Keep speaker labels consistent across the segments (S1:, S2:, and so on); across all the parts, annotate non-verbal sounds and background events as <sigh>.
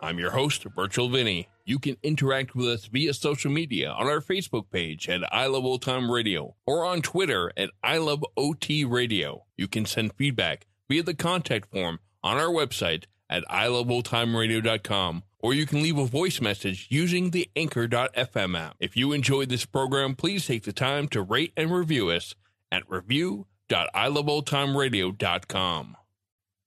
S1: I'm your host, Virtual Vinny. You can interact with us via social media on our Facebook page at I Love Old Time Radio or on Twitter at I Love OT Radio. You can send feedback via the contact form on our website at iloveoldtimeradio.com or you can leave a voice message using the anchor.fm app. If you enjoyed this program, please take the time to rate and review us at review.iloveoldtimeradio.com.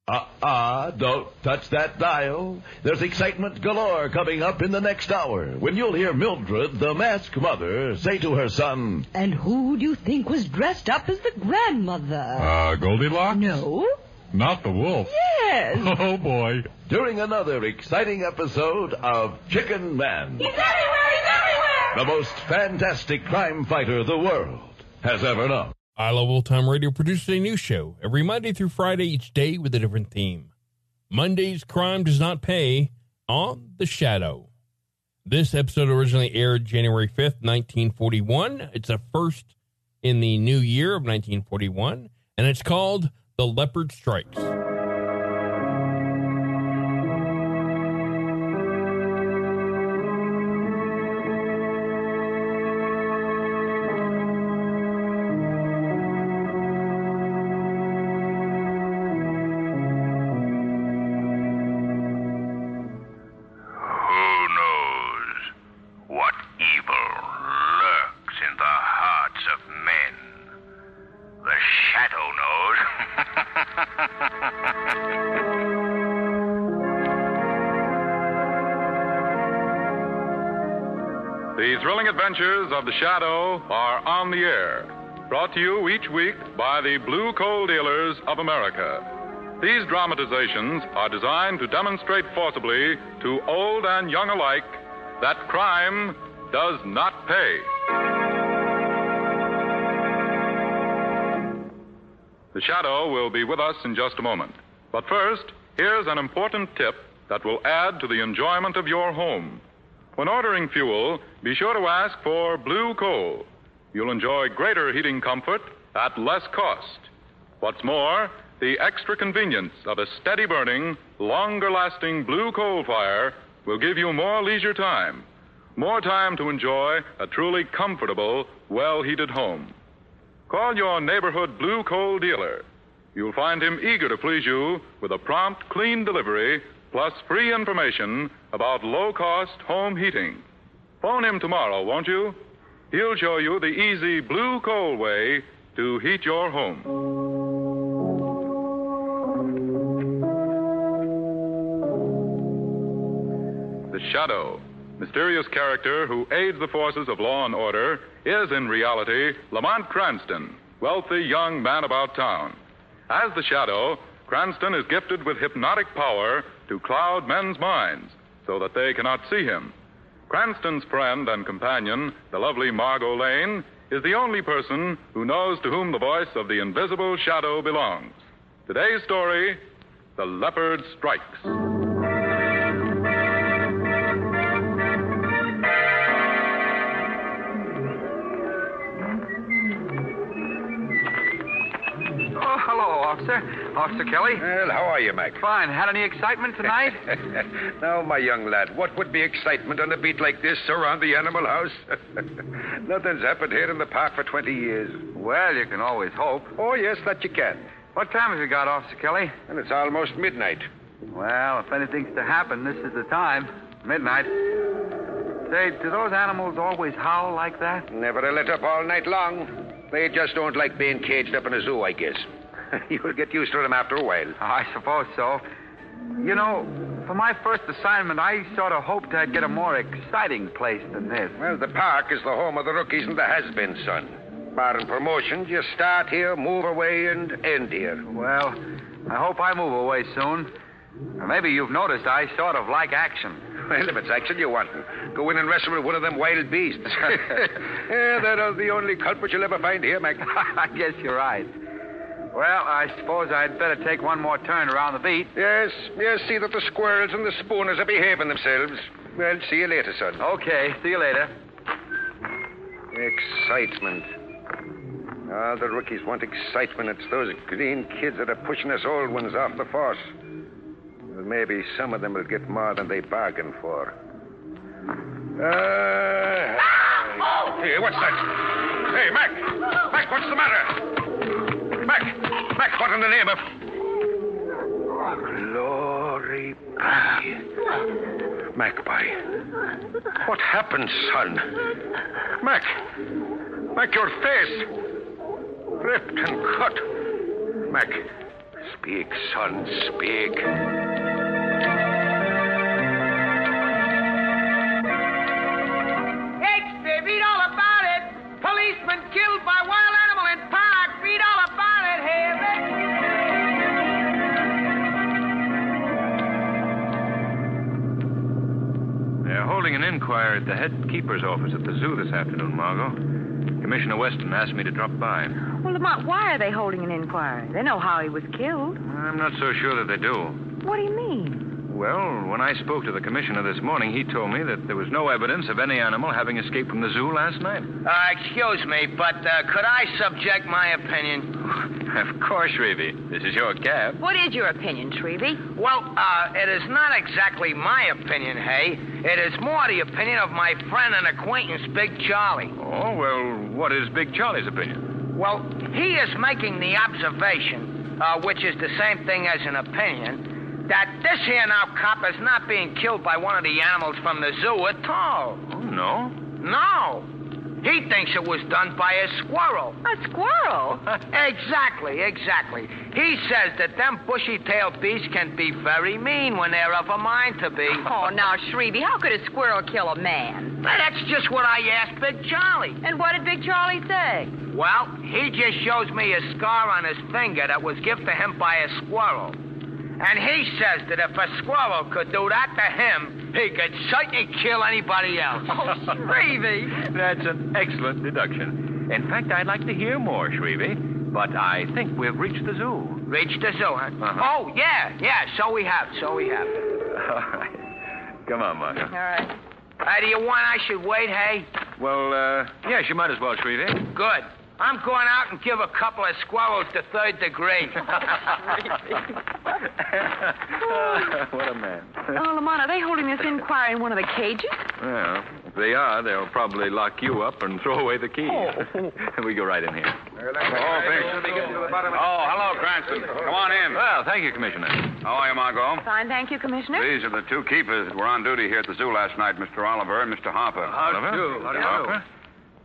S2: Uh uh, don't touch that dial. There's excitement galore coming up in the next hour when you'll hear Mildred, the mask mother, say to her son,
S3: And who do you think was dressed up as the grandmother?
S4: Uh, Goldilocks?
S3: no?
S4: Not the wolf. <laughs>
S3: Yes.
S4: Oh, boy.
S2: during another exciting episode of Chicken Man,
S5: He's everywhere! He's everywhere!
S2: the most fantastic crime fighter the world has ever known.
S1: I Love Old Time Radio produces a new show every Monday through Friday, each day with a different theme. Monday's Crime Does Not Pay on The Shadow. This episode originally aired January 5th, 1941. It's the first in the new year of 1941, and it's called The Leopard Strikes.
S6: Who knows what evil lurks in the hearts of men? The shadow <laughs> knows.
S7: The thrilling adventures of the Shadow are on the air. Brought to you each week by the Blue Coal Dealers of America. These dramatizations are designed to demonstrate forcibly to old and young alike that crime does not pay. The Shadow will be with us in just a moment. But first, here's an important tip that will add to the enjoyment of your home. When ordering fuel, be sure to ask for blue coal. You'll enjoy greater heating comfort at less cost. What's more, the extra convenience of a steady burning, longer lasting blue coal fire will give you more leisure time, more time to enjoy a truly comfortable, well heated home. Call your neighborhood blue coal dealer. You'll find him eager to please you with a prompt, clean delivery plus free information about low cost home heating. Phone him tomorrow, won't you? He'll show you the easy blue coal way to heat your home. The Shadow, mysterious character who aids the forces of law and order, is in reality Lamont Cranston, wealthy young man about town. As the Shadow, Cranston is gifted with hypnotic power to cloud men's minds so that they cannot see him. Cranston's friend and companion, the lovely Margot Lane, is the only person who knows to whom the voice of the invisible shadow belongs. Today's story The Leopard Strikes.
S8: Oh, hello, officer. Officer Kelly.
S6: well, how are you, Mac?
S8: Fine. Had any excitement tonight?
S6: <laughs> now, my young lad, what would be excitement on a beat like this around the animal house? <laughs> Nothing's happened here in the park for 20 years.
S8: well, you can always hope.
S6: Oh, yes, that you can.
S8: What time have you got, Officer Kelly?
S6: And it's almost midnight.
S8: Well, if anything's to happen, this is the time. Midnight. Say, do those animals always howl like that?
S6: Never a let up all night long. They just don't like being caged up in a zoo, I guess. <laughs> You'll get used to them after a while.
S8: I suppose so. You know, for my first assignment, I sort of hoped I'd get a more exciting place than this.
S6: Well, the park is the home of the rookies and the has-beens, son. Barring promotions, you start here, move away, and end here.
S8: Well, I hope I move away soon. Maybe you've noticed I sort of like action.
S6: <laughs> Well, if it's action you want, go in and wrestle with one of them wild
S8: <laughs>
S6: beasts. <laughs> yeah, that are the only culprit you'll ever find here, Mac.
S8: <laughs> I guess you're right. Well, I suppose I'd better take one more turn around the beat.
S6: yes, yes, see that the squirrels and the spooners are behaving themselves. Well, see you later, son.
S8: Okay, see you later.
S6: Excitement. Ah, the rookies want excitement. It's those green kids that are pushing us old ones off the force. Well, maybe some of them will get more than they bargained for. Uh, hey, what's that? Hey, Mac! Mac, what's the matter? Mac! Mac, what in the name of. Glory be. Mac, boy. What happened, son? Mac! Mac, your face! Ripped and cut. Mac, speak, son, speak.
S5: Extra, read all about it. Policeman killed by wild animal in park. Read all about it, Harry.
S9: They're holding an inquiry at the head keeper's office at the zoo this afternoon, Margot. Commissioner Weston asked me to drop by.
S10: Well, Lamont, why are they holding an inquiry? They know how he was killed.
S9: I'm not so sure that they do.
S10: What do you mean?
S9: Well, when I spoke to the commissioner this morning, he told me that there was no evidence of any animal having escaped from the zoo last night.
S11: Uh, excuse me, but uh, could I subject my opinion?
S9: Of course, Reavy. This is your cab.
S10: What is your opinion, Shrevey?
S11: Well, uh, it is not exactly my opinion, Hay. It is more the opinion of my friend and acquaintance, Big Charlie.
S9: Oh, well, what is Big Charlie's opinion?
S11: Well, he is making the observation, uh, which is the same thing as an opinion, that this here now cop is not being killed by one of the animals from the zoo at all.
S9: Oh, no.
S11: No. He thinks it was done by a squirrel.
S10: A squirrel?
S11: <laughs> Exactly, exactly. He says that them bushy-tailed beasts can be very mean when they're of a mind to be.
S10: Oh, now, Shrevey, how could a squirrel kill a man?
S11: Now, That's just what I asked Big Charlie.
S10: And what did Big Charlie say?
S11: Well, he just shows me a scar on his finger that was given to him by a squirrel. And he says that if a squirrel could do that to him, he could certainly kill anybody else.
S10: Oh,
S11: <laughs>
S10: Shrevey.
S9: That's an excellent deduction. In fact, I'd like to hear more, Shrevey, but I think we've reached the zoo.
S11: Reached the zoo, huh?
S9: Uh-huh.
S11: Oh, yeah, yeah, so we have, so we have.
S9: All right. <laughs> Come on, Margot.
S10: All right.
S11: Hey, do you want I should wait, hey?
S9: Well, uh, yes, you might as well, Shrevey.
S11: Good. I'm going out and give a couple of squirrels the third degree.
S9: <laughs> what a man.
S10: Oh, Lamont, are they holding this inquiry in one of the cages?
S9: Well, if they are, they'll probably lock you up and throw away the key.
S11: Oh.
S9: <laughs> we go right in here.
S6: Oh,
S12: Oh, hello, Cranston. Come on in.
S9: Well, thank you, Commissioner.
S12: How are you, Margot?
S10: Fine, thank you, Commissioner.
S12: These are the two keepers that were on duty here at the zoo last night, Mr. Oliver and Mr. Harper.
S9: Oliver? Harper?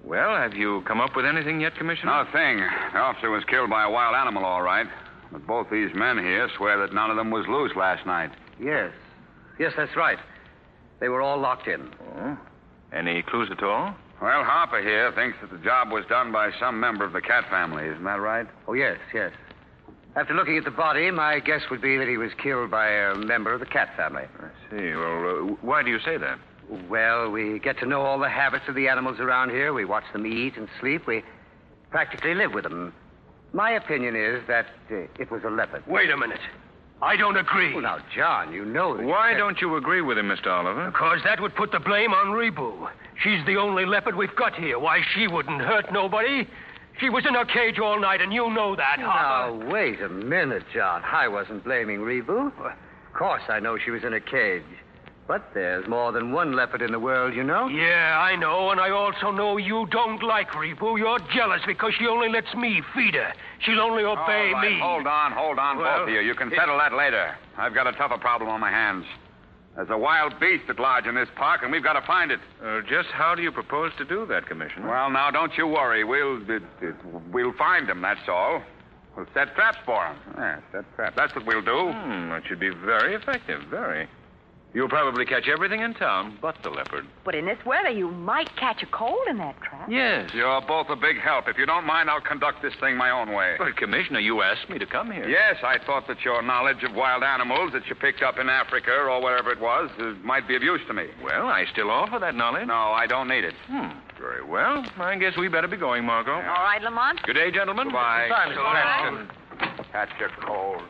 S9: Well, have you come up with anything yet,
S12: No
S9: Commissioner?
S12: thing. The officer was killed by a wild animal, all right. But both these men here swear that none of them was loose last night.
S8: Yes. Yes, that's right. They were all locked in.
S9: Oh. Any clues at all?
S12: Well, Harper here thinks that the job was done by some member of the cat family, isn't that right?
S8: Oh, yes, yes. After looking at the body, my guess would be that he was killed by a member of the cat family.
S9: I see. Well, uh, why do you say that?
S8: Well, we get to know all the habits of the animals around here. We watch them eat and sleep. We practically live with them. My opinion is that uh, it was a leopard.
S11: Wait a minute. I don't agree.
S8: Well, now, John, you know that.
S9: Why don't you agree with him, Mr. Oliver?
S11: Because that would put the blame on Rebu. She's the only leopard we've got here. Why, she wouldn't hurt nobody. She was in her cage all night, and you know that, Harper.
S8: Now, wait a minute, John. I wasn't blaming Rebu. Of course, I know she was in a cage. But there's more than one leopard in the world, you know.
S11: Yeah, I know, and I also know you don't like Rebu. You're jealous because she only lets me feed her. She'll only obey
S12: All right,
S11: me.
S12: Hold on, hold on,
S11: Well,
S12: both of you. You can settle that later. I've got a tougher problem on my hands. There's a wild beast at large in this park, and we've got to find it.
S9: Uh, just how do you propose to do that, Commissioner?
S12: Well, now, don't you worry. We'll it, it, we'll find him, that's all. We'll set traps for him. Yeah, set traps. That's what we'll do.
S9: Hmm, that should be very effective, very.
S12: You'll probably catch everything in town but the leopard.
S10: But in this weather, you might catch a cold in that trap.
S12: Yes.
S6: You're both a big help. If you don't mind, I'll conduct this thing my own way.
S12: But, Commissioner, you asked me to come here.
S6: Yes, I thought that your knowledge of wild animals that you picked up in Africa or wherever it was uh, might be of use to me.
S12: Well, I still offer that knowledge.
S6: No, I don't need it.
S12: Hmm. Very well. I guess we better be going, Margot.
S10: All right, Lamont.
S12: Good day, gentlemen. Bye.
S10: Goodbye, Mr. Goodbye.
S12: That's a cold.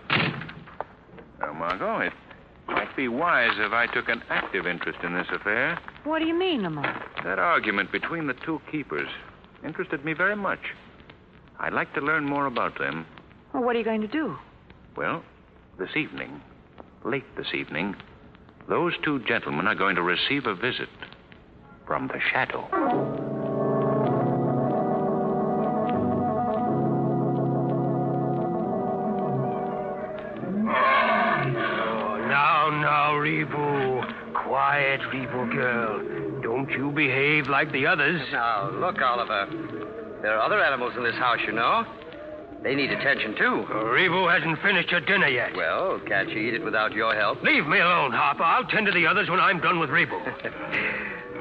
S12: Now, Margot, it might be wise if I took an active interest in this affair.
S10: What do you mean, Lamont?
S12: That argument between the two keepers interested me very much. I'd like to learn more about them.
S10: Well, what are you going to do?
S12: Well, this evening, late this evening, those two gentlemen are going to receive a visit from the shadow.
S13: Now, now, Rebu. Quiet, Rebu girl. Don't you behave like the others.
S8: Now, look, Oliver. There are other animals in this house, you know. They need attention, too.
S13: Rebu hasn't finished her dinner yet.
S8: Well, can't she eat it without your help?
S13: Leave me alone, Harper. I'll tend to the others when I'm done with
S8: <laughs>
S13: Rebu.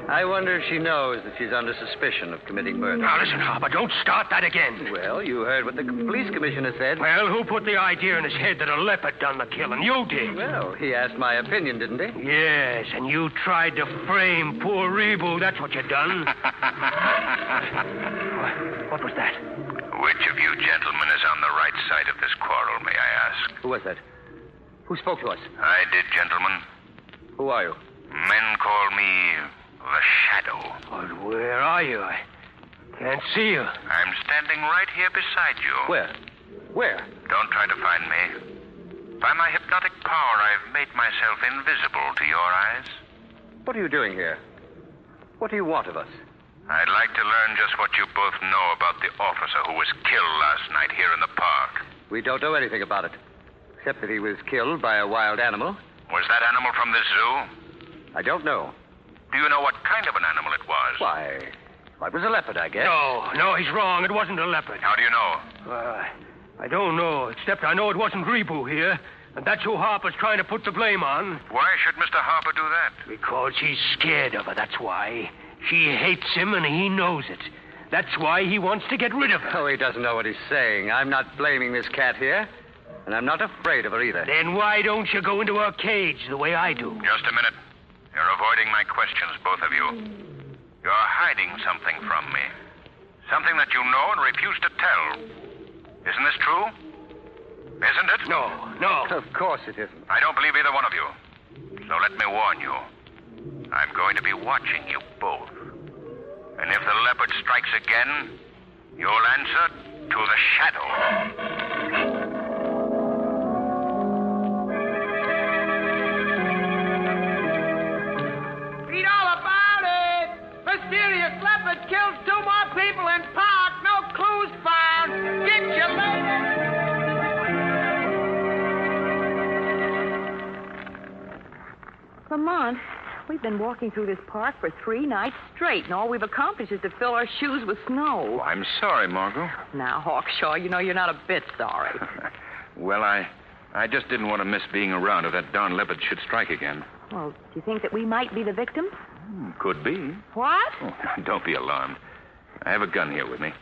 S8: I wonder if she knows that she's under suspicion of committing murder.
S13: now, listen, Harper. Don't start that again.
S8: Well, you heard what the police commissioner said.
S13: Well, who put the idea in his head that a leopard done the killing? You did.
S8: Well, he asked my opinion, didn't he?
S13: Yes, and you tried to frame poor Rebu. That's what you
S8: <laughs>
S13: done. what, what was that?
S9: Which of you gentlemen is on the right side of this quarrel, may I ask?
S8: Who was that? Who spoke to us?
S9: I did, gentlemen.
S8: Who are you?
S9: Men call me the Shadow.
S13: But where are you? I can't see you.
S9: I'm standing right here beside you.
S8: Where? Where?
S9: Don't try to find me. By my hypnotic power, I've made myself invisible to your eyes.
S8: What are you doing here? What do you want of us?
S9: I'd like to learn just what you both know about the officer who was killed last night here in the park.
S8: We don't know anything about it, except that he was killed by a wild animal.
S9: Was that animal from the zoo?
S8: I don't know.
S9: Do you know what kind of an animal it was?
S8: Why? Why, it was a leopard, I guess.
S13: No, no, he's wrong. It wasn't a leopard.
S9: How do you know?
S13: Uh, I don't know, except I know it wasn't Rebu here. And that's who Harper's trying to put the blame on.
S9: Why should Mr. Harper do that?
S13: Because she's scared of her, that's why. She hates him, and he knows it. That's why he wants to get rid of her.
S8: Oh, he doesn't know what he's saying. I'm not blaming this cat here, and I'm not afraid of her either.
S13: Then why don't you go into her cage the way I do?
S9: Just a minute. You're avoiding my questions, both of you. You're hiding something from me. Something that you know and refuse to tell. Isn't this true? Isn't it?
S13: No, no.
S8: Of course it isn't.
S9: I don't believe either one of you. So let me warn you. I'm going to be watching you both. And if the leopard strikes again, you'll answer to the shadow.
S5: Read all about it. Mysterious leopard kills two more people in park. No clues found. Get your letter.
S10: Lamont, we've been walking through this park for three nights straight, and all we've accomplished is to fill our shoes with snow.
S12: I'm sorry, Margot.
S10: Now, Hawkshaw, you know you're not a bit
S12: <laughs>
S10: sorry.
S12: Well, I, I just didn't want to miss being around if that darn leopard should strike again.
S10: well, do you think that we might be the victims?
S12: Hmm, Could be.
S10: What?
S12: Oh, <laughs> don't be alarmed. I have a gun here with me.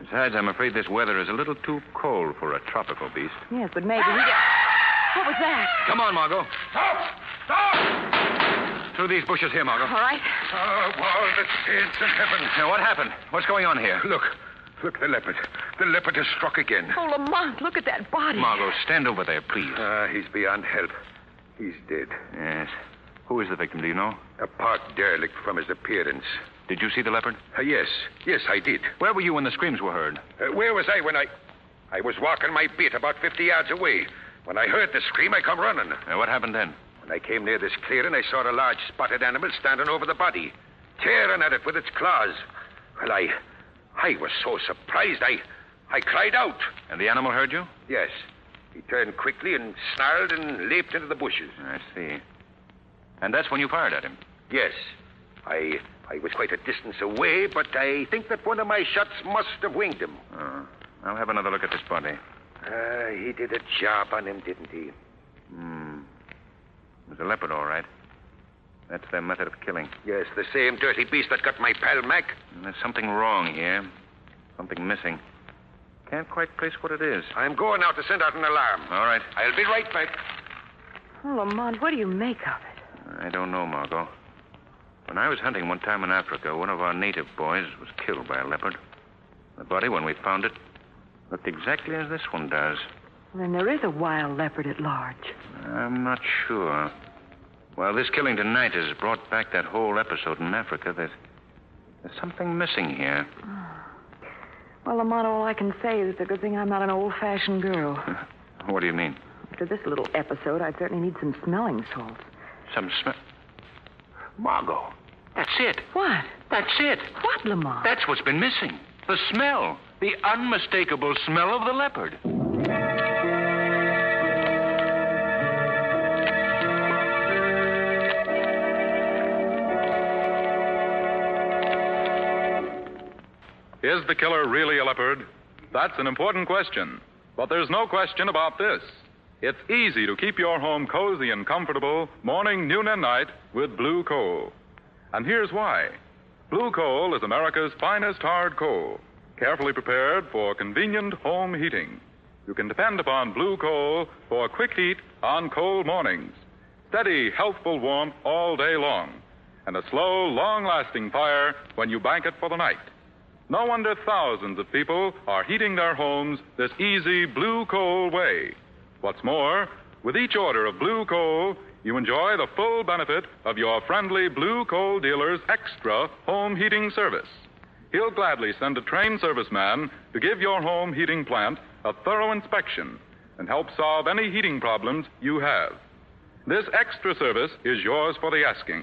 S12: Besides, I'm afraid this weather is a little too cold for a tropical beast.
S10: Yes, but maybe we get. What was that?
S12: Come on, Margot.
S6: Stop! Stop!
S12: Through these bushes here,
S10: All
S12: Margot.
S10: right.
S6: Oh, all the saints in heaven.
S12: Now, what happened? What's going on here?
S6: Look. Look, the leopard. The leopard has struck again.
S10: Oh, Lamont, look at that body.
S12: Margot, stand over there, please.
S6: Ah, he's beyond help. He's dead.
S12: Yes. Who is the victim, do you know?
S6: A park derelict from his appearance.
S12: Did you see the leopard?
S6: Ah, yes, yes, I did.
S12: Where were you when the screams were heard?
S6: Uh, where was I when I. I was walking my beat about 50 yards away. When I heard the scream, I come running.
S12: Now, Uh, what happened then?
S6: When I came near this clearing, I saw a large spotted animal standing over the body, tearing at it with its claws. Well, I. I was so surprised, I. I cried out.
S12: And the animal heard you?
S6: Yes. He turned quickly and snarled and leaped into the bushes.
S12: I see. And that's when you fired at him.
S6: Yes. I. I was quite a distance away, but I think that one of my shots must have winged him.
S9: Uh,
S12: Oh. I'll have another look at this body.
S6: Ah, he did a job on him, didn't he?
S12: Hmm. It was a leopard, all right.
S9: That's their method of killing.
S14: Yes, the same dirty beast that got my pal Mac.
S9: And There's something wrong here. Something missing. Can't quite place what it is.
S14: I'm going now to send out an alarm.
S9: All right.
S14: I'll be right back.
S10: Oh, Lamont, what do you make of it?
S9: I don't know, Margot. When I was hunting one time in Africa, one of our native boys was killed by a leopard. The body, when we found it, looked exactly as this one does.
S10: Then there is a wild leopard at large.
S9: I'm not sure. Well, this killing tonight has brought back that whole episode in Africa. There's, there's something missing here.
S10: Well, Lamont, all I can say is it's a good thing I'm not an old
S12: <laughs>
S10: fashioned girl.
S9: What do you mean?
S10: After this little episode, I'd certainly need some smelling salts.
S9: Some smell. Margot, that's it.
S10: What?
S9: That's it.
S10: What, Lamont?
S9: That's what's been missing. The smell. The unmistakable smell of the leopard.
S7: Is the killer really a leopard? That's an important question. But there's no question about this. It's easy to keep your home cozy and comfortable morning, noon, and night with blue coal. And here's why blue coal is America's finest hard coal, carefully prepared for convenient home heating. You can depend upon blue coal for quick heat on cold mornings, steady, healthful warmth all day long, and a slow, long lasting fire when you bank it for the night. No wonder thousands of people are heating their homes this easy blue coal way. What's more, with each order of blue coal, you enjoy the full benefit of your friendly blue coal dealer's extra home heating service. He'll gladly send a trained serviceman to give your home heating plant a thorough inspection and help solve any heating problems you have. This extra service is yours for the asking.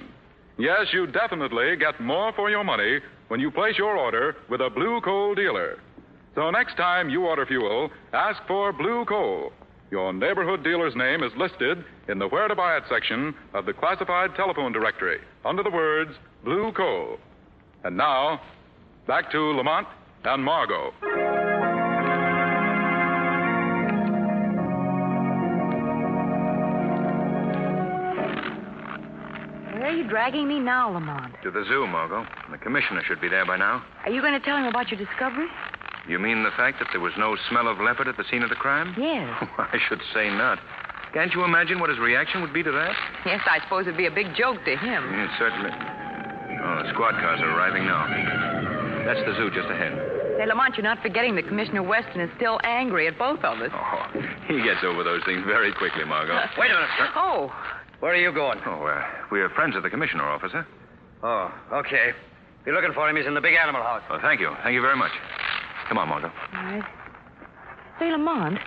S7: Yes, you definitely get more for your money when you place your order with a blue coal dealer. So next time you order fuel, ask for blue coal. Your neighborhood dealer's name is listed in the Where to Buy It section of the classified telephone directory under the words Blue Coal. And now, back to Lamont and Margot.
S10: Where are you dragging me now, Lamont?
S9: To the zoo, Margot. The commissioner should be there by now.
S10: Are you going to tell him about your discovery?
S9: You mean the fact that there was no smell of leopard at the scene of the crime? <laughs>
S10: Yes.
S9: I should say not. Can't you imagine what his reaction would be to that?
S10: Yes, I suppose it'd be a big joke to him.
S9: Yeah, certainly. Oh, the squad cars are arriving now. That's the zoo just ahead.
S10: Say, Lamont, you're not forgetting that Commissioner Weston is still angry at both of us.
S9: Oh, He gets over those things very quickly, Margot.
S8: Wait a minute, sir.
S10: Oh,
S8: Where are you going?
S9: Oh, uh, we're friends of the commissioner, officer.
S8: Oh, okay. If you're looking for him, he's in the big animal house.
S9: Oh, thank you. Thank you very much. Come on, Margot.
S10: all right. Say, Lamont,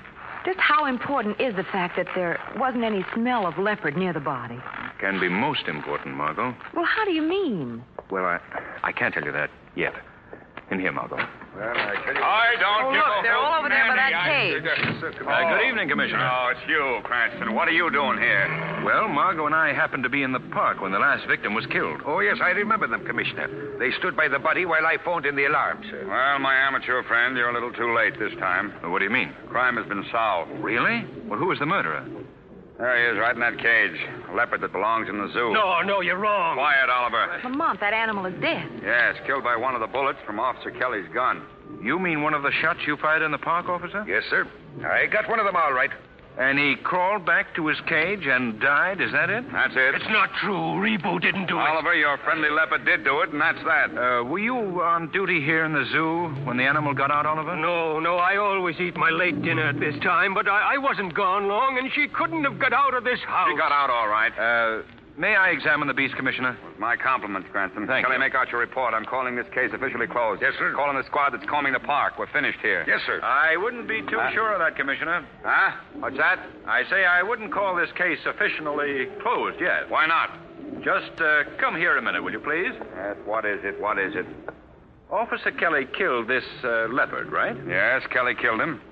S10: just how important is the fact that there wasn't any smell of leopard near the body?
S9: Can be most important, Margot.
S10: Well, how do you mean?
S9: Well, I, I can't tell you that yet. In here, Margot.
S14: Well, I tell you.
S12: I don't
S10: Oh,
S12: give
S10: look,
S12: a
S10: they're all
S12: hoot,
S10: over there by
S12: Mandy.
S10: that
S12: I-
S9: Uh, good evening, Commissioner.
S12: Oh, it's you, Cranston. What are you doing here?
S9: Well, Margot and I happened to be in the park when the last victim was killed.
S14: Oh, yes, I remember them, Commissioner. They stood by the body while I phoned in the alarm, sir.
S12: Well, my amateur friend, you're a little too late this time.
S9: What do you mean?
S12: Crime has been solved.
S9: Really? Well, who was the murderer?
S12: There he is, right in that cage. A leopard that belongs in the zoo.
S8: No, no, you're wrong.
S12: Quiet, Oliver.
S10: Lamont, that animal is dead.
S12: Yes, killed by one of the bullets from Officer Kelly's gun.
S9: You mean one of the shots you fired in the park, officer?
S14: Yes, sir. I got one of them all right.
S9: And he crawled back to his cage and died, is that it?
S12: That's it.
S9: It's not true. Rebo didn't do
S12: Oliver, your friendly leopard did do it, and that's that.
S9: Uh, were you on duty here in the zoo when the animal got out, Oliver?
S13: No, no, I always eat my late dinner at this time, but I, I wasn't gone long, and she couldn't have got out of this house.
S12: She got out all right.
S9: Uh, may I examine the beast, Commissioner?
S12: My compliments, Cranston.
S9: Thank
S12: Kelly,
S9: you.
S12: make out your report. I'm calling this case officially closed. Yes, sir. Calling the squad that's combing the park. We're finished here. Uh,
S9: Yes, sir. I wouldn't be too
S12: Huh?
S9: sure of that, Commissioner.
S12: Huh? What's that?
S9: I say I wouldn't call this case officially closed yet.
S12: Why not?
S9: Just uh, come here a minute, will you please?
S12: Yes, what is it? What is it?
S9: Officer Kelly killed this uh, leopard, right?
S12: Yes, Kelly killed him.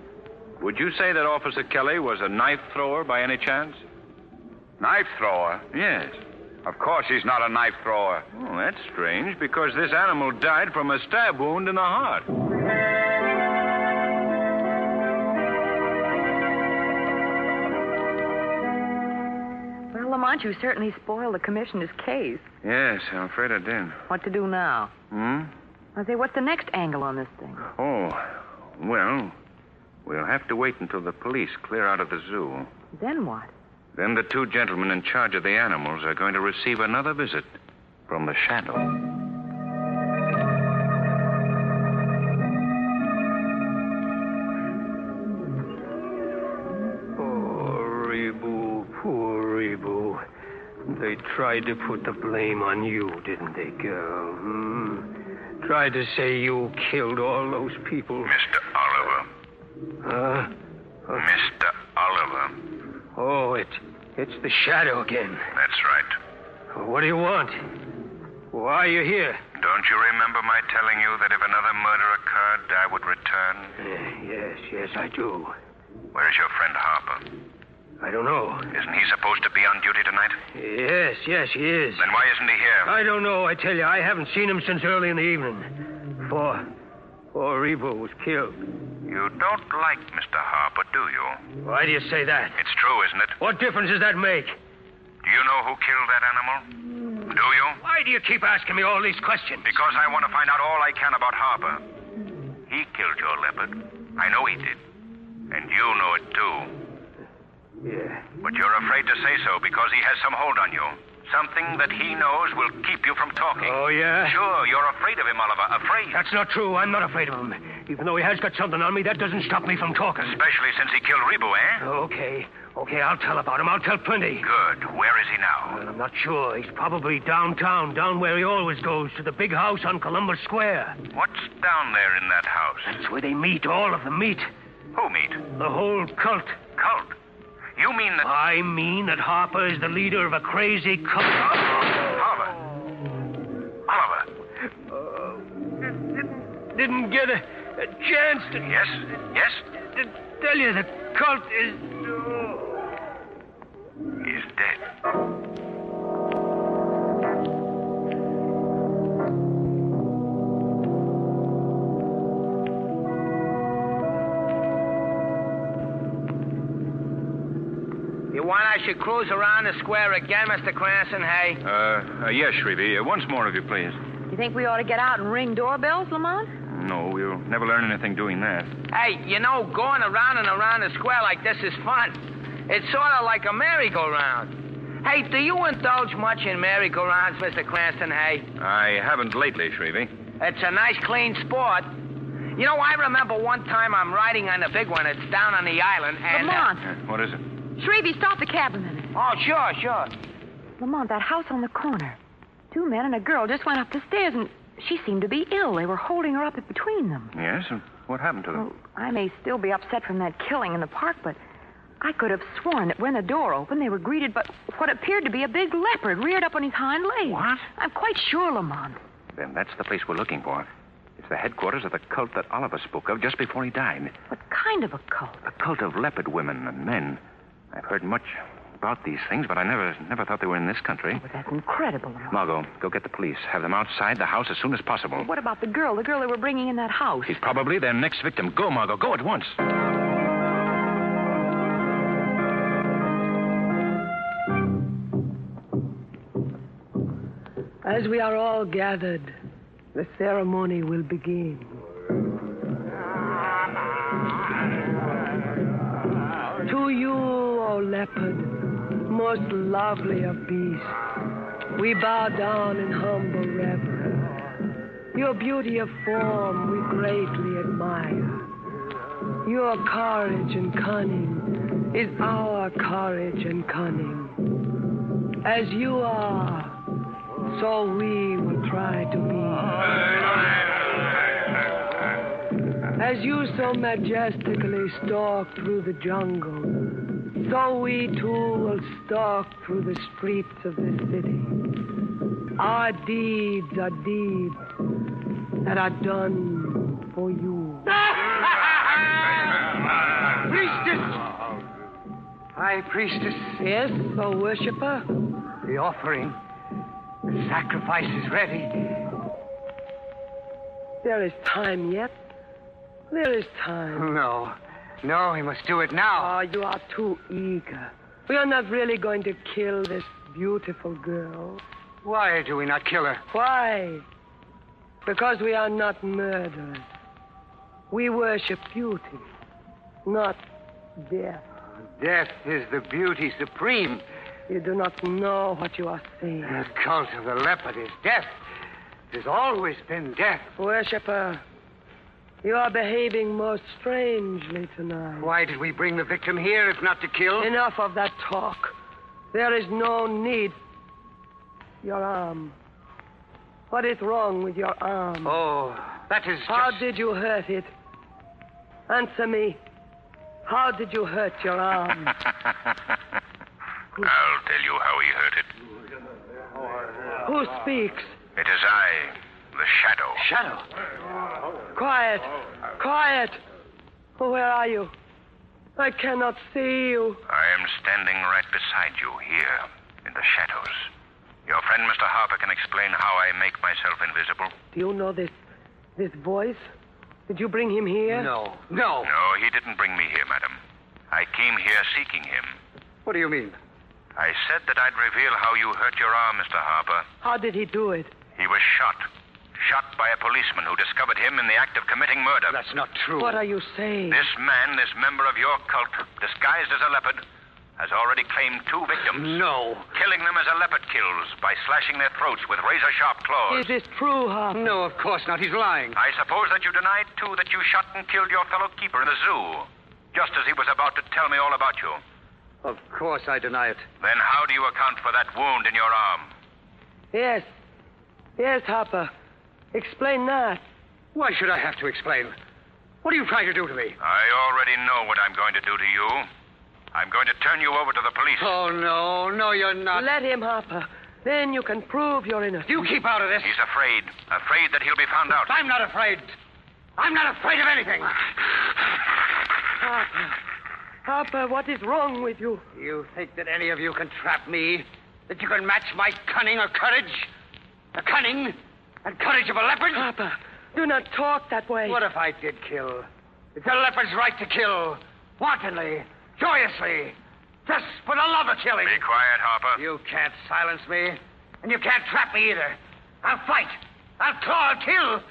S9: Would you say that Officer Kelly was a knife thrower by any chance?
S12: Knife thrower?
S9: Yes.
S12: Of course he's not a knife thrower.
S9: Oh, that's strange, because this animal died from a stab wound in the heart.
S10: Well, Lamont, Lamont, you certainly spoiled the commissioner's case.
S9: Yes, I'm afraid I did.
S10: What to do now?
S9: Hmm?
S10: I say, what's the next angle on this thing?
S9: Oh, well, we'll have to wait until the police clear out of the zoo.
S10: Then what?
S9: Then the two gentlemen in charge of the animals are going to receive another visit from the shadow.
S13: Rebu, poor Rebu. They tried to put the blame on you, didn't they, girl? Hmm? Tried to say you killed all those people.
S15: Mr. Oliver.
S13: Huh?
S15: Mr. Oliver.
S13: Oh, it, it's the shadow again.
S15: That's right.
S13: What do you want? Why are you here?
S15: Don't you remember my telling you that if another murder occurred, I would return?
S13: Eh, Yes, yes, I do.
S15: Where is your friend Harper?
S13: I don't know.
S15: Isn't he supposed to be on duty tonight?
S13: Yes, yes, he is.
S15: Then why isn't he here?
S13: I don't know. I tell you, I haven't seen him since early in the evening. Poor, poor Rebo was killed.
S15: You don't like Mr. Harper, do you?
S13: Why do you say that?
S15: It's true, isn't it?
S13: What difference does that make?
S15: Do you know who killed that animal? Do you?
S13: Why do you keep asking me all these questions?
S15: Because I want to find out all I can about Harper. He killed your leopard. I know he did. And you know it too.
S13: Yeah.
S15: But you're afraid to say so because he has some hold on you. Something that he knows will keep you from talking.
S13: Oh, yeah?
S15: Sure, you're afraid of him, Oliver. Afraid.
S13: That's not true. I'm not afraid of him. Even though he has got something on me, that doesn't stop me from talking.
S15: Especially since he killed Rebu, eh?
S13: Okay. Okay, I'll tell about him. I'll tell plenty.
S15: Good. Where is he now?
S13: Well, I'm not sure. He's probably downtown, down where he always goes, to the big house on Columbus Square.
S15: What's down there in that house?
S13: That's where they meet, all of them meet.
S15: Who meet?
S13: The whole cult.
S15: Cult. You mean that.
S13: I mean that Harper is the leader of a crazy cult.
S15: Oliver. Oliver.
S13: Uh, Didn't get a, a chance to,
S15: Yes? Yes?
S13: to tell you the cult is.
S15: He's dead.
S11: You want I should cruise around the square again, Mr. Cranston, hey?
S9: Uh, uh yes, Shrevey. Uh, once more, if you please.
S10: You think we ought to get out and ring doorbells, Lamont?
S9: No, we'll never learn anything doing that.
S11: Hey, you know, going around and around the square like this is fun. It's sort of like a merry-go-round. Hey, do you indulge much in merry-go-rounds, Mr. Cranston, hey?
S9: I haven't lately, Shrevey.
S11: It's a nice, clean sport. You know, I remember one time I'm riding on the big one. It's down on the island, and...
S10: Lamont,
S9: Uh, what is it?
S10: Shrevey, stop the cab a minute.
S11: oh, sure, sure.
S10: Lamont, that house on the corner. Two men and a girl just went up the stairs, and she seemed to be ill. They were holding her up between them.
S9: Yes? and What happened to them?
S10: Well, I may still be upset from that killing in the park, but I could have sworn that when the door opened, they were greeted by what appeared to be a big leopard reared up on his hind legs.
S9: What?
S10: I'm quite sure, Lamont.
S9: Then that's the place we're looking for. It's the headquarters of the cult that Oliver spoke of just before he died.
S10: What kind of a cult?
S9: A cult of leopard women and men. I've heard much about these things, but I never never thought they were in this country.
S10: But that's incredible, Lamont.
S9: Margot, go get the police. Have them outside the house as soon as possible.
S10: What about the girl, the girl they were bringing in that house?
S9: He's probably their next victim. Go, Margot. Go at once.
S16: As we are all gathered, the ceremony will begin. To you, O leopard, most lovely of beasts, we bow down in humble reverence. Your beauty of form we greatly admire. Your courage and cunning is our courage and cunning. As you are, so we will try to be. As you so majestically stalk through the jungle, so we too will stalk through the streets of this city. Our deeds are deeds that are done for you.
S13: Priestess!
S16: High priestess. Yes, O worshiper.
S13: The offering. The sacrifice is ready.
S16: There is time yet. There is time. Ah,
S8: No. No, we must do it now.
S16: Oh, you are too eager. We are not really going to kill this beautiful girl.
S13: Why do we not kill her?
S16: Why? Because we are not murderers. We worship beauty, not death.
S13: Death is the beauty supreme.
S16: You do not know what you are saying.
S13: The cult of the leopard is death. It has always been death.
S16: Worshipper, you are behaving most strangely tonight.
S13: Why did we bring the victim here if not to kill?
S16: Enough of that talk. There is no need. Your arm. What is wrong with your arm?
S13: Oh, that is.
S16: How
S13: just-
S16: did you hurt it? Answer me. How did you hurt your
S13: <laughs>
S16: arm?
S9: I'll tell you how he hurt it.
S16: Who speaks?
S9: It is I, the Shadow.
S13: Shadow?
S16: Quiet. Quiet. Oh, where are you? I cannot see you.
S9: I am standing right beside you here, in the shadows. Your friend, Mr. Harper, can explain how I make myself invisible.
S16: Do you know this this voice? Did you bring him here?
S13: No. No.
S9: No, he didn't bring me here, madam. I came here seeking him.
S13: What do you mean?
S9: I said that I'd reveal how you hurt your arm, Mr. Harper.
S16: How did he do it?
S9: He was shot. Shot by a policeman who discovered him in the act of committing murder.
S13: That's not true.
S16: What are you saying?
S9: This man, this member of your cult, disguised as a leopard, has already claimed two victims.
S13: No.
S9: Killing them as a leopard kills by slashing their throats with razor sharp claws.
S16: Is this true, Harper?
S13: No, of course not. He's lying.
S9: I suppose that you denied, too, that you shot and killed your fellow keeper in the zoo, just as he was about to tell me all about you.
S13: Of course I deny it.
S9: Then how do you account for that wound in your arm?
S16: Yes. Yes, Harper. Explain that.
S13: Why should I have to explain? What are you trying to do to me?
S9: I already know what I'm going to do to you. I'm going to turn you over to the police.
S13: Oh, no. No, you're not.
S16: Let him, Harper. Then you can prove your innocence.
S13: You keep out of this.
S9: He's afraid. Afraid that he'll be found out.
S13: I'm not afraid. I'm not afraid of anything.
S16: Harper. Harper, what is wrong with you?
S13: You think that any of you can trap me? That you can match my cunning or courage? The cunning and courage of a leopard?
S16: Harper, do not talk that way.
S13: What if I did kill? It's a leopard's right to kill. Wantonly, joyously, just for the love of killing.
S9: Be quiet, Harper.
S13: You can't silence me, and you can't trap me either. I'll fight. I'll claw. I'll kill.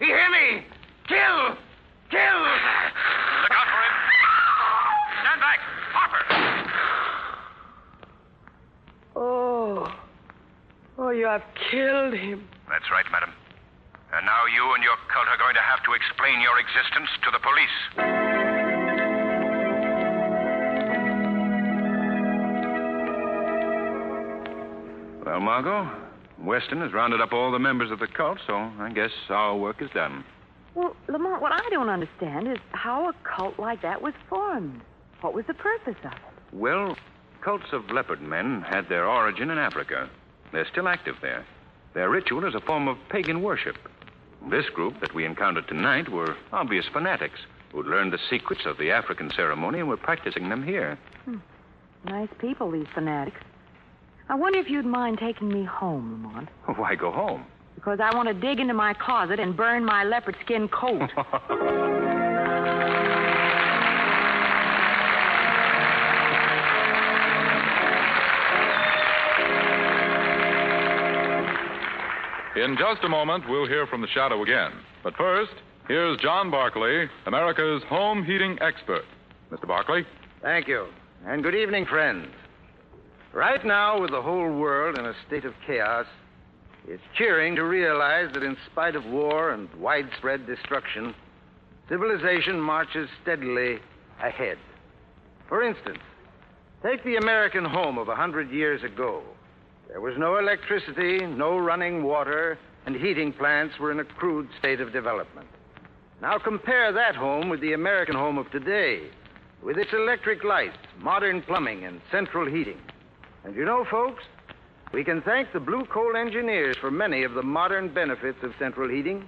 S13: You hear me? Kill! Kill!
S9: Look out for him. Stand back. Harper.
S16: Oh. Oh, you have killed him.
S9: That's right, madam. And now you and your cult are going to have to explain your existence to the police.
S7: Well, Margot, Weston has rounded up all the members of the cult, so I guess our work is done.
S10: Well, Lamont, what I don't understand is how a cult like that was formed. What was the purpose of it?
S7: Well, cults of leopard men had their origin in Africa. They're still active there. Their ritual is a form of pagan worship. This group that we encountered tonight were obvious fanatics who'd learned the secrets of the African ceremony and were practicing them here. <laughs>
S10: Nice people, these fanatics. I wonder if you'd mind taking me home, Lamont,
S7: Why go home?
S10: because I want to dig into my closet and burn my leopard skin coat.
S7: In just a moment, we'll hear from the shadow again. But first, here's John Barclay, America's home heating expert. Mr. Barclay?
S17: Thank you. And good evening, friends. Right now, with the whole world in a state of chaos, it's cheering to realize that in spite of war and widespread destruction, civilization marches steadily ahead. For instance, take the American home of a hundred years ago. There was no electricity, no running water, and heating plants were in a crude state of development. Now compare that home with the American home of today with its electric lights, modern plumbing, and central heating. And you know, folks, we can thank the blue coal engineers for many of the modern benefits of central heating.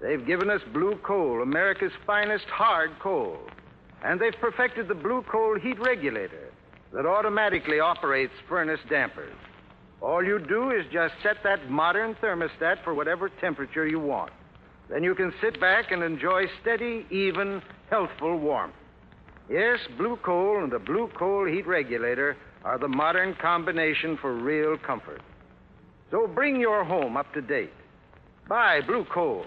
S17: They've given us blue coal, America's finest hard coal. And they've perfected the blue coal heat regulator that automatically operates furnace dampers. All you do is just set that modern thermostat for whatever temperature you want. Then you can sit back and enjoy steady, even, healthful warmth. Yes, blue coal and the blue coal heat regulator
S8: are the modern combination for real comfort. So bring your home up to date. Buy blue coal.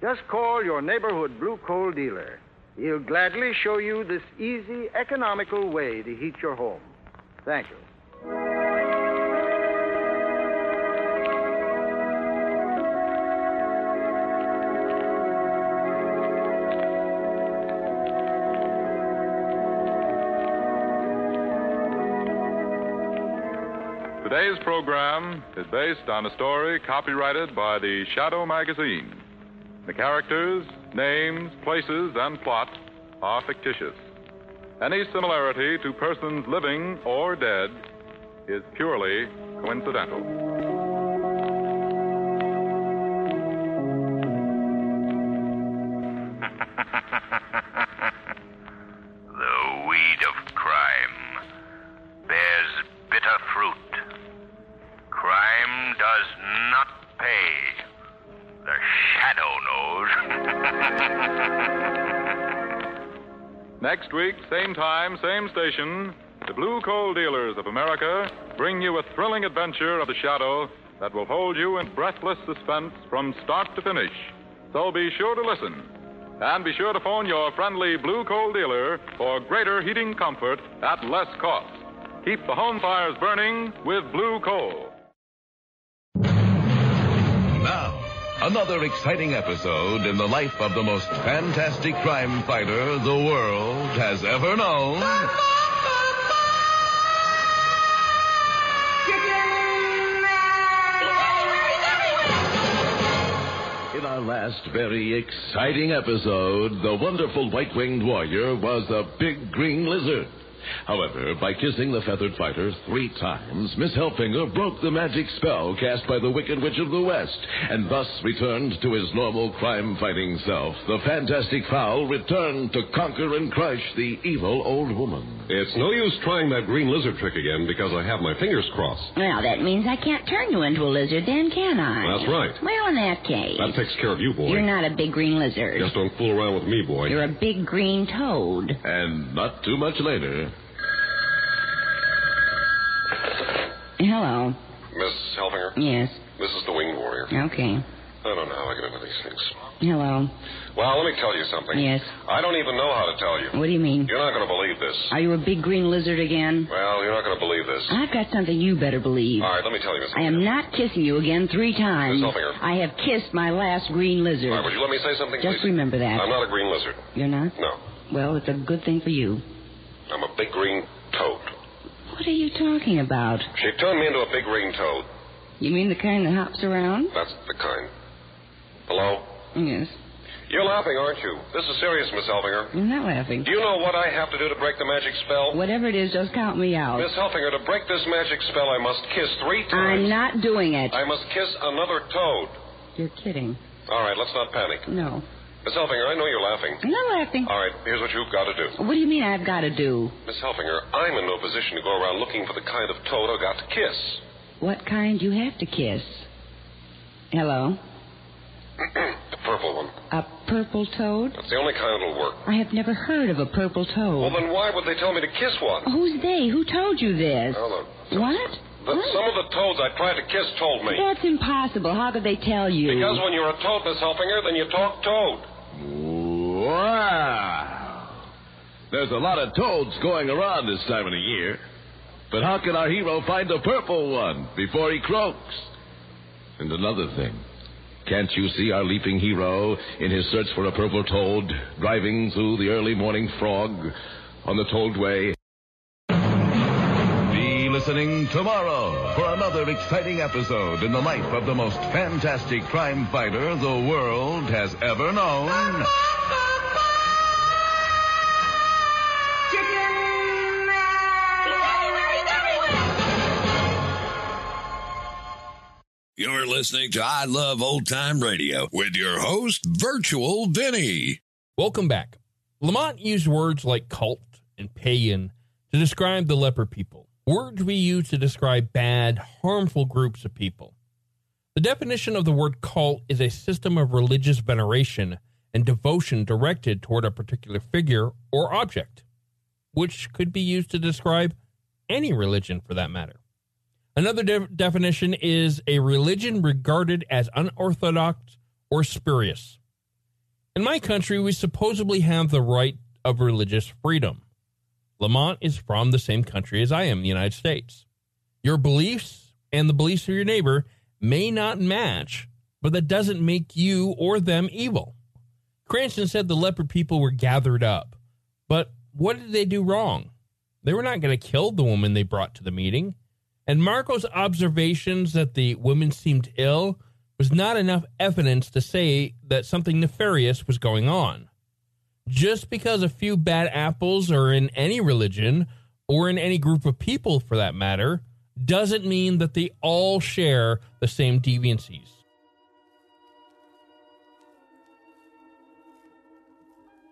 S8: Just call your neighborhood blue coal dealer. He'll gladly show you this easy, economical way to heat your home. Thank you.
S7: Today's program is based on a story copyrighted by the Shadow Magazine. The characters, names, places, and plot are fictitious. Any similarity to persons living or dead is purely coincidental.
S15: <laughs> The weed of crime bears bitter fruit. Crime does not pay. The shadow knows. <laughs>
S7: Next week, same time, same station, the Blue Coal Dealers of America bring you a thrilling adventure of the shadow that will hold you in breathless suspense from start to finish. So be sure to listen. And be sure to phone your friendly Blue Coal dealer for greater heating comfort at less cost. Keep the home fires burning with Blue Coal.
S2: Now, another exciting episode in the life of the most fantastic crime fighter the world has ever known. In our last very exciting episode, the wonderful white winged warrior was a big green lizard. However, by kissing the feathered fighter three times, Miss Helfinger broke the magic spell cast by the Wicked Witch of the West, and thus returned to his normal crime fighting self. The fantastic fowl returned to conquer and crush the evil old woman.
S18: It's no use trying that green lizard trick again because I have my fingers crossed.
S19: Now, that means I can't turn you into a lizard then, can I?
S18: That's right.
S19: Well, in that case,
S18: That takes care of you, boy.
S19: you're not a big green lizard.
S18: Just don't fool around with me, boy.
S19: You're a big green toad.
S2: And not too much later.
S19: Hello.
S18: Miss Helfinger?
S19: Yes.
S18: This is the winged warrior.
S19: Okay.
S18: I don't know how I get into these things.
S19: Hello.
S18: Well, let me tell you something.
S19: Yes.
S18: I don't even know how to tell you.
S19: What do you mean?
S18: You're not going to believe this.
S19: Are you a big green lizard again?
S18: Well, you're not going to believe this.
S19: I've got something you better believe.
S18: All right, let me tell you, Miss.
S19: I am not kissing you again three times.
S18: Miss Helfinger.
S19: I have kissed my last green lizard.
S18: All right, would you let me say something,
S19: Just
S18: please?
S19: remember that.
S18: I'm not a green lizard.
S19: You're not?
S18: No.
S19: Well, it's a good thing for you.
S18: I'm a big green toad.
S19: What are you talking about?
S18: She turned me into a big green toad.
S19: You mean the kind that hops around?
S18: That's the kind. Hello?
S19: Yes.
S18: You're laughing, aren't you? This is serious, Miss Helfinger.
S19: I'm not laughing.
S18: Do you know what I have to do to break the magic spell?
S19: Whatever it is, just count me out.
S18: Miss Helfinger, to break this magic spell, I must kiss three times.
S19: I'm not doing it.
S18: I must kiss another toad.
S19: You're kidding.
S18: All right, let's not panic.
S19: No.
S18: Miss Helfinger, I know you're laughing.
S19: I'm not laughing.
S18: All right, here's what you've got to do.
S19: What do you mean I've got to do?
S18: Miss Helfinger, I'm in no position to go around looking for the kind of toad I got to kiss. <clears throat>
S19: What kind you have to kiss? Hello?
S18: the purple one.
S19: A purple toad?
S18: That's the only kind that'll work.
S19: I have never heard of a purple
S18: Well,
S19: toad.
S18: then why would they tell me to kiss one?
S19: Oh, Who's they? Who told you this?
S18: Well,
S19: What?
S18: the, the, some of the toads I tried to kiss told me.
S19: That's impossible. How could they tell you?
S18: Because when you're a toad, Miss Helfinger, then you talk toad.
S19: Oh.
S2: Wow. There's a lot of toads going around this time of the year. But how can our hero find the purple one before he croaks? And another thing. Can't you see our leaping hero in his search for a purple toad driving through the early morning fog on the toadway? Be listening tomorrow for another exciting episode in the life of the most fantastic crime fighter the world has ever known.
S20: You're listening to I Love Old Time Radio with your host, Virtual Vinny.
S1: Welcome back. Lamont used words like cult and pagan to describe the leper people, words we use to describe bad, harmful groups of people. The definition of the word cult is a system of religious veneration and devotion directed toward a particular figure or object, which could be used to describe any religion for that matter. Another de- definition is a religion regarded as unorthodox or spurious. In my country, we supposedly have the right of religious freedom. Lamont is from the same country as I am, the United States. Your beliefs and the beliefs of your neighbor may not match, but that doesn't make you or them evil. Cranston said the leopard people were gathered up, but what did they do wrong? They were not going to kill the woman they brought to the meeting. And Marco's observations that the woman seemed ill was not enough evidence to say that something nefarious was going on. Just because a few bad apples are in any religion, or in any group of people for that matter, doesn't mean that they all share the same deviancies.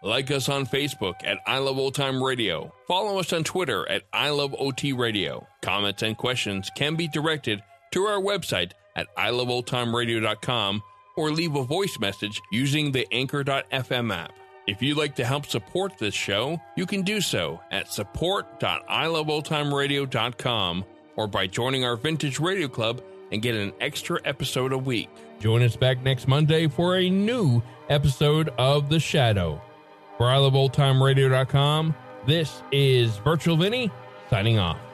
S1: Like us on Facebook at I Love Old Time Radio. Follow us on Twitter at I Love OT Radio. Comments and questions can be directed to our website at iloveoldtimeradio.com or leave a voice message using the anchor.fm app. If you'd like to help support this show, you can do so at support.iloveoldtimeradio.com or by joining our Vintage Radio Club and get an extra episode a week. Join us back next Monday for a new episode of The Shadow. For iloveoldtimeradio.com, this is Virtual Vinny signing off.